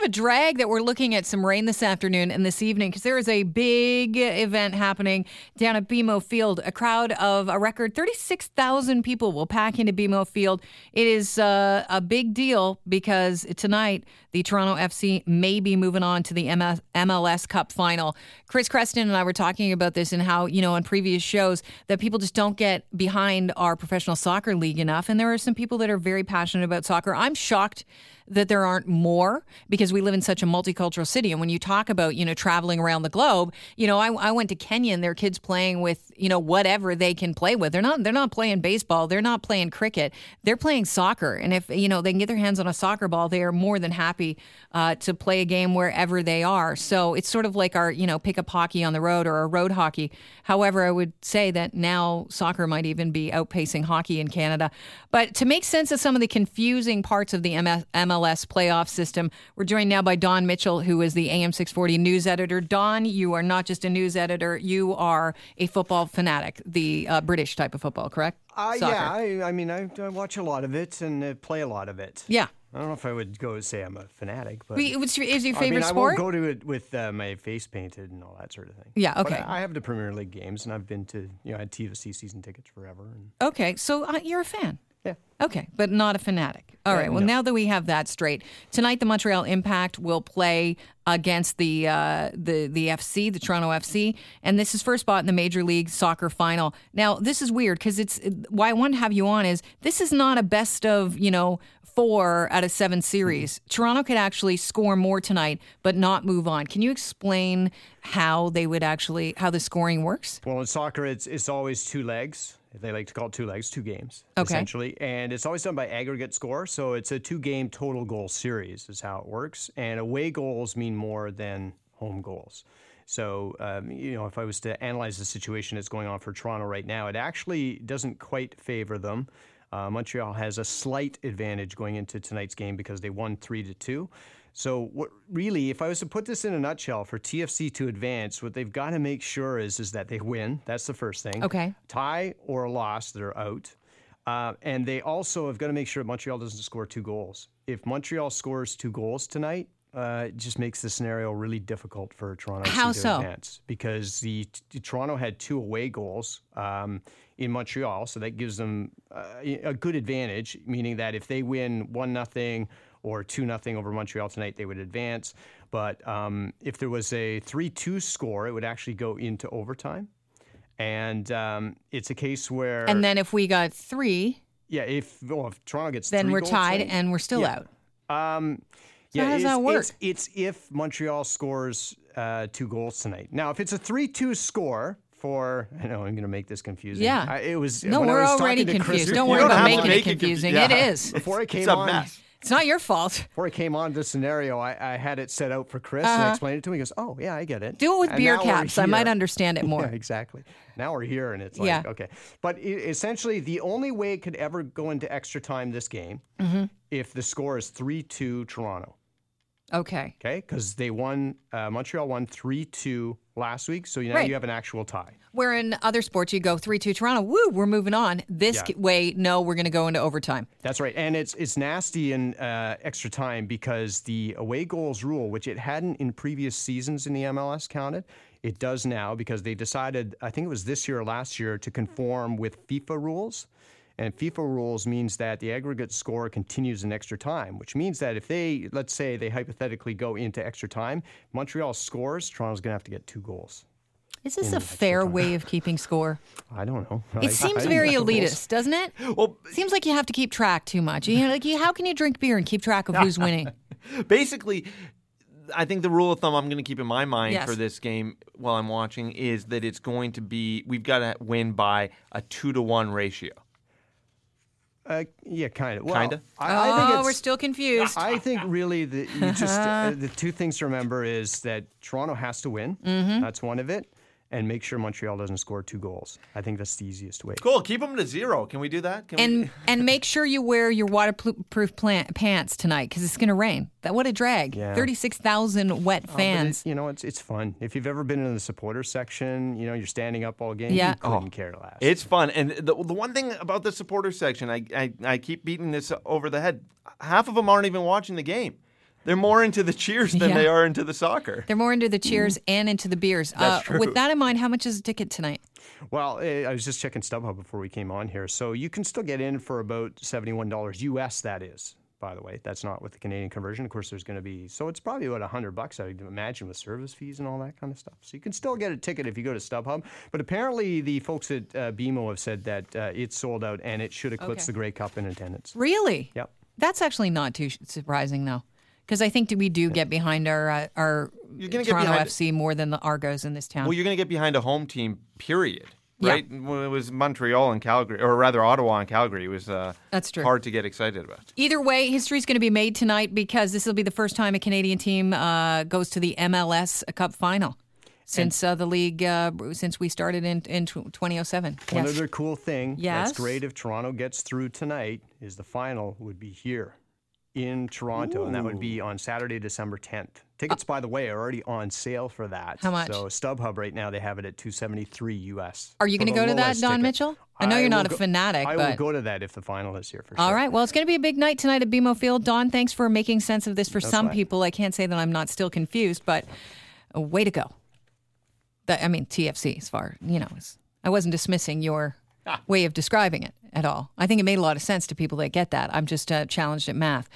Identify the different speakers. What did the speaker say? Speaker 1: of a drag that we're looking at some rain this afternoon and this evening because there is a big event happening down at BMO Field. A crowd of a record 36,000 people will pack into BMO Field. It is uh, a big deal because tonight the Toronto FC may be moving on to the MS- MLS Cup final. Chris Creston and I were talking about this and how, you know, on previous shows that people just don't get behind our professional soccer league enough. And there are some people that are very passionate about soccer. I'm shocked that there aren't more because we live in such a multicultural city. And when you talk about, you know, traveling around the globe, you know, I, I went to Kenya and their kids playing with, you know, whatever they can play with. They're not they're not playing baseball. They're not playing cricket. They're playing soccer. And if, you know, they can get their hands on a soccer ball, they are more than happy uh, to play a game wherever they are. So it's sort of like our, you know, pick up hockey on the road or a road hockey. However, I would say that now soccer might even be outpacing hockey in Canada. But to make sense of some of the confusing parts of the MS- MLS MLS playoff system. We're joined now by Don Mitchell, who is the AM 640 news editor. Don, you are not just a news editor, you are a football fanatic, the uh, British type of football, correct?
Speaker 2: Uh, yeah, I, I mean, I, I, watch a lot of it and uh, play a lot of it.
Speaker 1: Yeah.
Speaker 2: I don't know if I would go say I'm a fanatic, but
Speaker 1: what's your, is your favorite
Speaker 2: I mean,
Speaker 1: sport?
Speaker 2: I won't go to it with uh, my face painted and all that sort of thing.
Speaker 1: Yeah, okay.
Speaker 2: But I, I have the Premier League games, and I've been to you know I had TFC season tickets forever. And...
Speaker 1: Okay, so uh, you're a fan.
Speaker 2: Yeah.
Speaker 1: Okay, but not a fanatic. All right. Well,
Speaker 2: no.
Speaker 1: now that we have that straight, tonight the Montreal Impact will play against the uh, the the FC, the Toronto FC, and this is first spot in the Major League Soccer final. Now, this is weird because it's why I wanted to have you on is this is not a best of you know four out of seven series.
Speaker 2: Mm-hmm.
Speaker 1: Toronto could actually score more tonight, but not move on. Can you explain how they would actually how the scoring works?
Speaker 2: Well, in soccer, it's it's always two legs they like to call it two legs, two games,
Speaker 1: Okay.
Speaker 2: essentially. And it's always done by aggregate score. So it's a two game total goal series, is how it works. And away goals mean more than home goals. So, um, you know, if I was to analyze the situation that's going on for Toronto right now, it actually doesn't quite favor them. Uh, Montreal has a slight advantage going into tonight's game because they won three to two. So, what really, if I was to put this in a nutshell, for TFC to advance, what they've got to make sure is is that they win. That's the first thing.
Speaker 1: Okay.
Speaker 2: Tie or a loss, they're out. Uh, and they also have got to make sure Montreal doesn't score two goals. If Montreal scores two goals tonight, uh, it just makes the scenario really difficult for Toronto
Speaker 1: How
Speaker 2: to
Speaker 1: so?
Speaker 2: advance because the, t- Toronto had two away goals um, in Montreal, so that gives them uh, a good advantage. Meaning that if they win one nothing or two nothing over Montreal tonight, they would advance. But um, if there was a three two score, it would actually go into overtime. And um, it's a case where
Speaker 1: And then if we got three,
Speaker 2: yeah, if well, if Toronto gets
Speaker 1: then
Speaker 2: three
Speaker 1: we're
Speaker 2: goals
Speaker 1: tied
Speaker 2: tonight-
Speaker 1: and we're still
Speaker 2: Yeah.
Speaker 1: out.
Speaker 2: um,
Speaker 1: how does
Speaker 2: it's,
Speaker 1: that work?
Speaker 2: It's, it's if Montreal scores uh, two goals tonight. Now, if it's a three-two score for, I know I'm going to make this confusing.
Speaker 1: Yeah.
Speaker 2: I, it was
Speaker 1: No,
Speaker 2: when I
Speaker 1: we're
Speaker 2: was
Speaker 1: already
Speaker 2: talking to Chris-
Speaker 1: confused.
Speaker 2: You
Speaker 1: Don't worry
Speaker 2: don't
Speaker 1: about
Speaker 2: have to
Speaker 1: making
Speaker 2: make-
Speaker 1: it confusing.
Speaker 3: yeah.
Speaker 1: It is.
Speaker 2: Before I came
Speaker 3: It's a
Speaker 2: on,
Speaker 3: mess.
Speaker 1: It's not your fault.
Speaker 2: before I came on to the scenario, I, I had it set out for Chris and I explained it to him. He goes, "Oh yeah, I get it."
Speaker 1: Uh-huh. Do it with
Speaker 2: And
Speaker 1: beer
Speaker 2: now we're
Speaker 1: caps. I might
Speaker 2: here.
Speaker 1: understand it more.
Speaker 2: Yeah, exactly. Now we're here, and it's like,
Speaker 1: Yeah.
Speaker 2: okay. But e- essentially, the only way it could ever go into extra time this game, if the score is 3 2 Toronto,
Speaker 1: Okay.
Speaker 2: okay? Because they won, uh, Montreal won 3 2 last week, so now
Speaker 1: Right.
Speaker 2: you have an actual tie.
Speaker 1: Where in other sports you go 3 2 Toronto, woo, we're moving on. This
Speaker 2: Yeah.
Speaker 1: g- way, no, we're going to go into overtime.
Speaker 2: That's right, and it's it's nasty in uh, extra time because the away goals rule, which it hadn't in previous seasons in the MLS, counted. It does now because they decided, I think it was this year or last year, to conform with FIFA rules. And FIFA rules means that the aggregate score continues in extra time, which means that if they, let's say, they hypothetically go into extra time, Montreal scores, Toronto's going to have to get two goals.
Speaker 1: Is this a fair way of keeping score?
Speaker 2: I don't know.
Speaker 1: It seems very elitist, doesn't it?
Speaker 3: Well,
Speaker 1: Seems like you have to keep track too much. You know, like you, how can you drink beer and keep track of who's winning?
Speaker 3: basically, I think the rule of thumb I'm going to keep in my mind
Speaker 1: Yes.
Speaker 3: for this game while I'm watching is that it's going to be we've got to win by a two to one ratio.
Speaker 2: Uh, yeah, kind of.
Speaker 3: Kinda?
Speaker 2: I, I think
Speaker 1: oh,
Speaker 2: it's-
Speaker 1: we're still confused.
Speaker 2: I think really the you just uh, the two things to remember is that Toronto has to win.
Speaker 1: Mm-hmm.
Speaker 2: That's one of it, and make sure Montreal doesn't score two goals. I think that's the easiest way.
Speaker 3: Cool. Keep them to zero. Can we do that? Can we?
Speaker 1: and and make sure you wear your waterproof plant, pants tonight because it's going to rain. That what a drag!
Speaker 2: Yeah.
Speaker 1: Thirty six thousand
Speaker 3: Oh,
Speaker 1: wet
Speaker 2: But it-
Speaker 1: fans.
Speaker 2: you know, it's it's fun. If you've ever been in the supporter section, you know you're standing up all game.
Speaker 1: Yeah.
Speaker 2: you couldn't care less.
Speaker 3: It's fun. And the, the one thing about the supporter section, I, I, I keep beating this over the head. Half of them aren't even watching the game. They're more into the cheers than
Speaker 1: Yeah.
Speaker 3: they are into the soccer.
Speaker 1: They're more into the cheers and into the beers.
Speaker 3: Mm.
Speaker 1: Uh,
Speaker 3: That's true.
Speaker 1: With that in mind, how much is a ticket tonight?
Speaker 2: Well, eh, I was just checking StubHub before we came on here. So you can still get in for about $71 US, that is, by the way. That's not with the Canadian conversion. Of course, there's going to be, so it's probably about 100 bucks, I would imagine, with service fees and all that kind of stuff. So you can still get a ticket if you go to StubHub. But apparently, the folks at uh, BMO have said that uh, it's sold out and it should eclipse
Speaker 1: Okay.
Speaker 2: the Grey Cup in attendance.
Speaker 1: Really?
Speaker 2: Yep.
Speaker 1: That's actually not too sh- surprising, though, because I think that we do get behind our uh, our
Speaker 3: gonna get
Speaker 1: Toronto
Speaker 3: behind-
Speaker 1: FC more than the Argos in this town.
Speaker 3: Well, you're going to get behind a home team, period.
Speaker 1: Yeah.
Speaker 3: Right? When it was Montreal and Calgary, or rather Ottawa and Calgary, it was uh,
Speaker 1: That's true.
Speaker 3: hard to get excited about.
Speaker 1: Either way, history's going to be made tonight because this will be the first time a Canadian team uh, goes to the MLS Cup final since uh, the league uh, since we started in in tw- 2007.
Speaker 2: One
Speaker 1: Yes.
Speaker 2: other cool thing
Speaker 1: Yes.
Speaker 2: that's great if Toronto gets through tonight is the final would be here in Toronto, and that would be on Saturday, December 10th. Tickets, by the way, are already on sale for
Speaker 1: Oh.
Speaker 2: that.
Speaker 1: How much?
Speaker 2: So StubHub right now they have it at 273 US.
Speaker 1: Are you
Speaker 2: for
Speaker 1: gonna
Speaker 2: the
Speaker 1: go to that,
Speaker 2: lowest
Speaker 1: Don
Speaker 2: ticket.
Speaker 1: Mitchell? I know you're
Speaker 2: will
Speaker 1: not a
Speaker 2: go-
Speaker 1: fanatic,
Speaker 2: I will
Speaker 1: but-
Speaker 2: go to that if the final is here for sure.
Speaker 1: All right. Well, it's going to be a big night tonight at BMO Field. Don, thanks for making sense of this for some
Speaker 2: sweat.
Speaker 1: people. I can't say that I'm not still confused, but a way to go. That I mean, TFC as far you know, is- I wasn't dismissing your way of describing it at all. I think it made a lot of sense to people that get that. I'm just uh, challenged at math.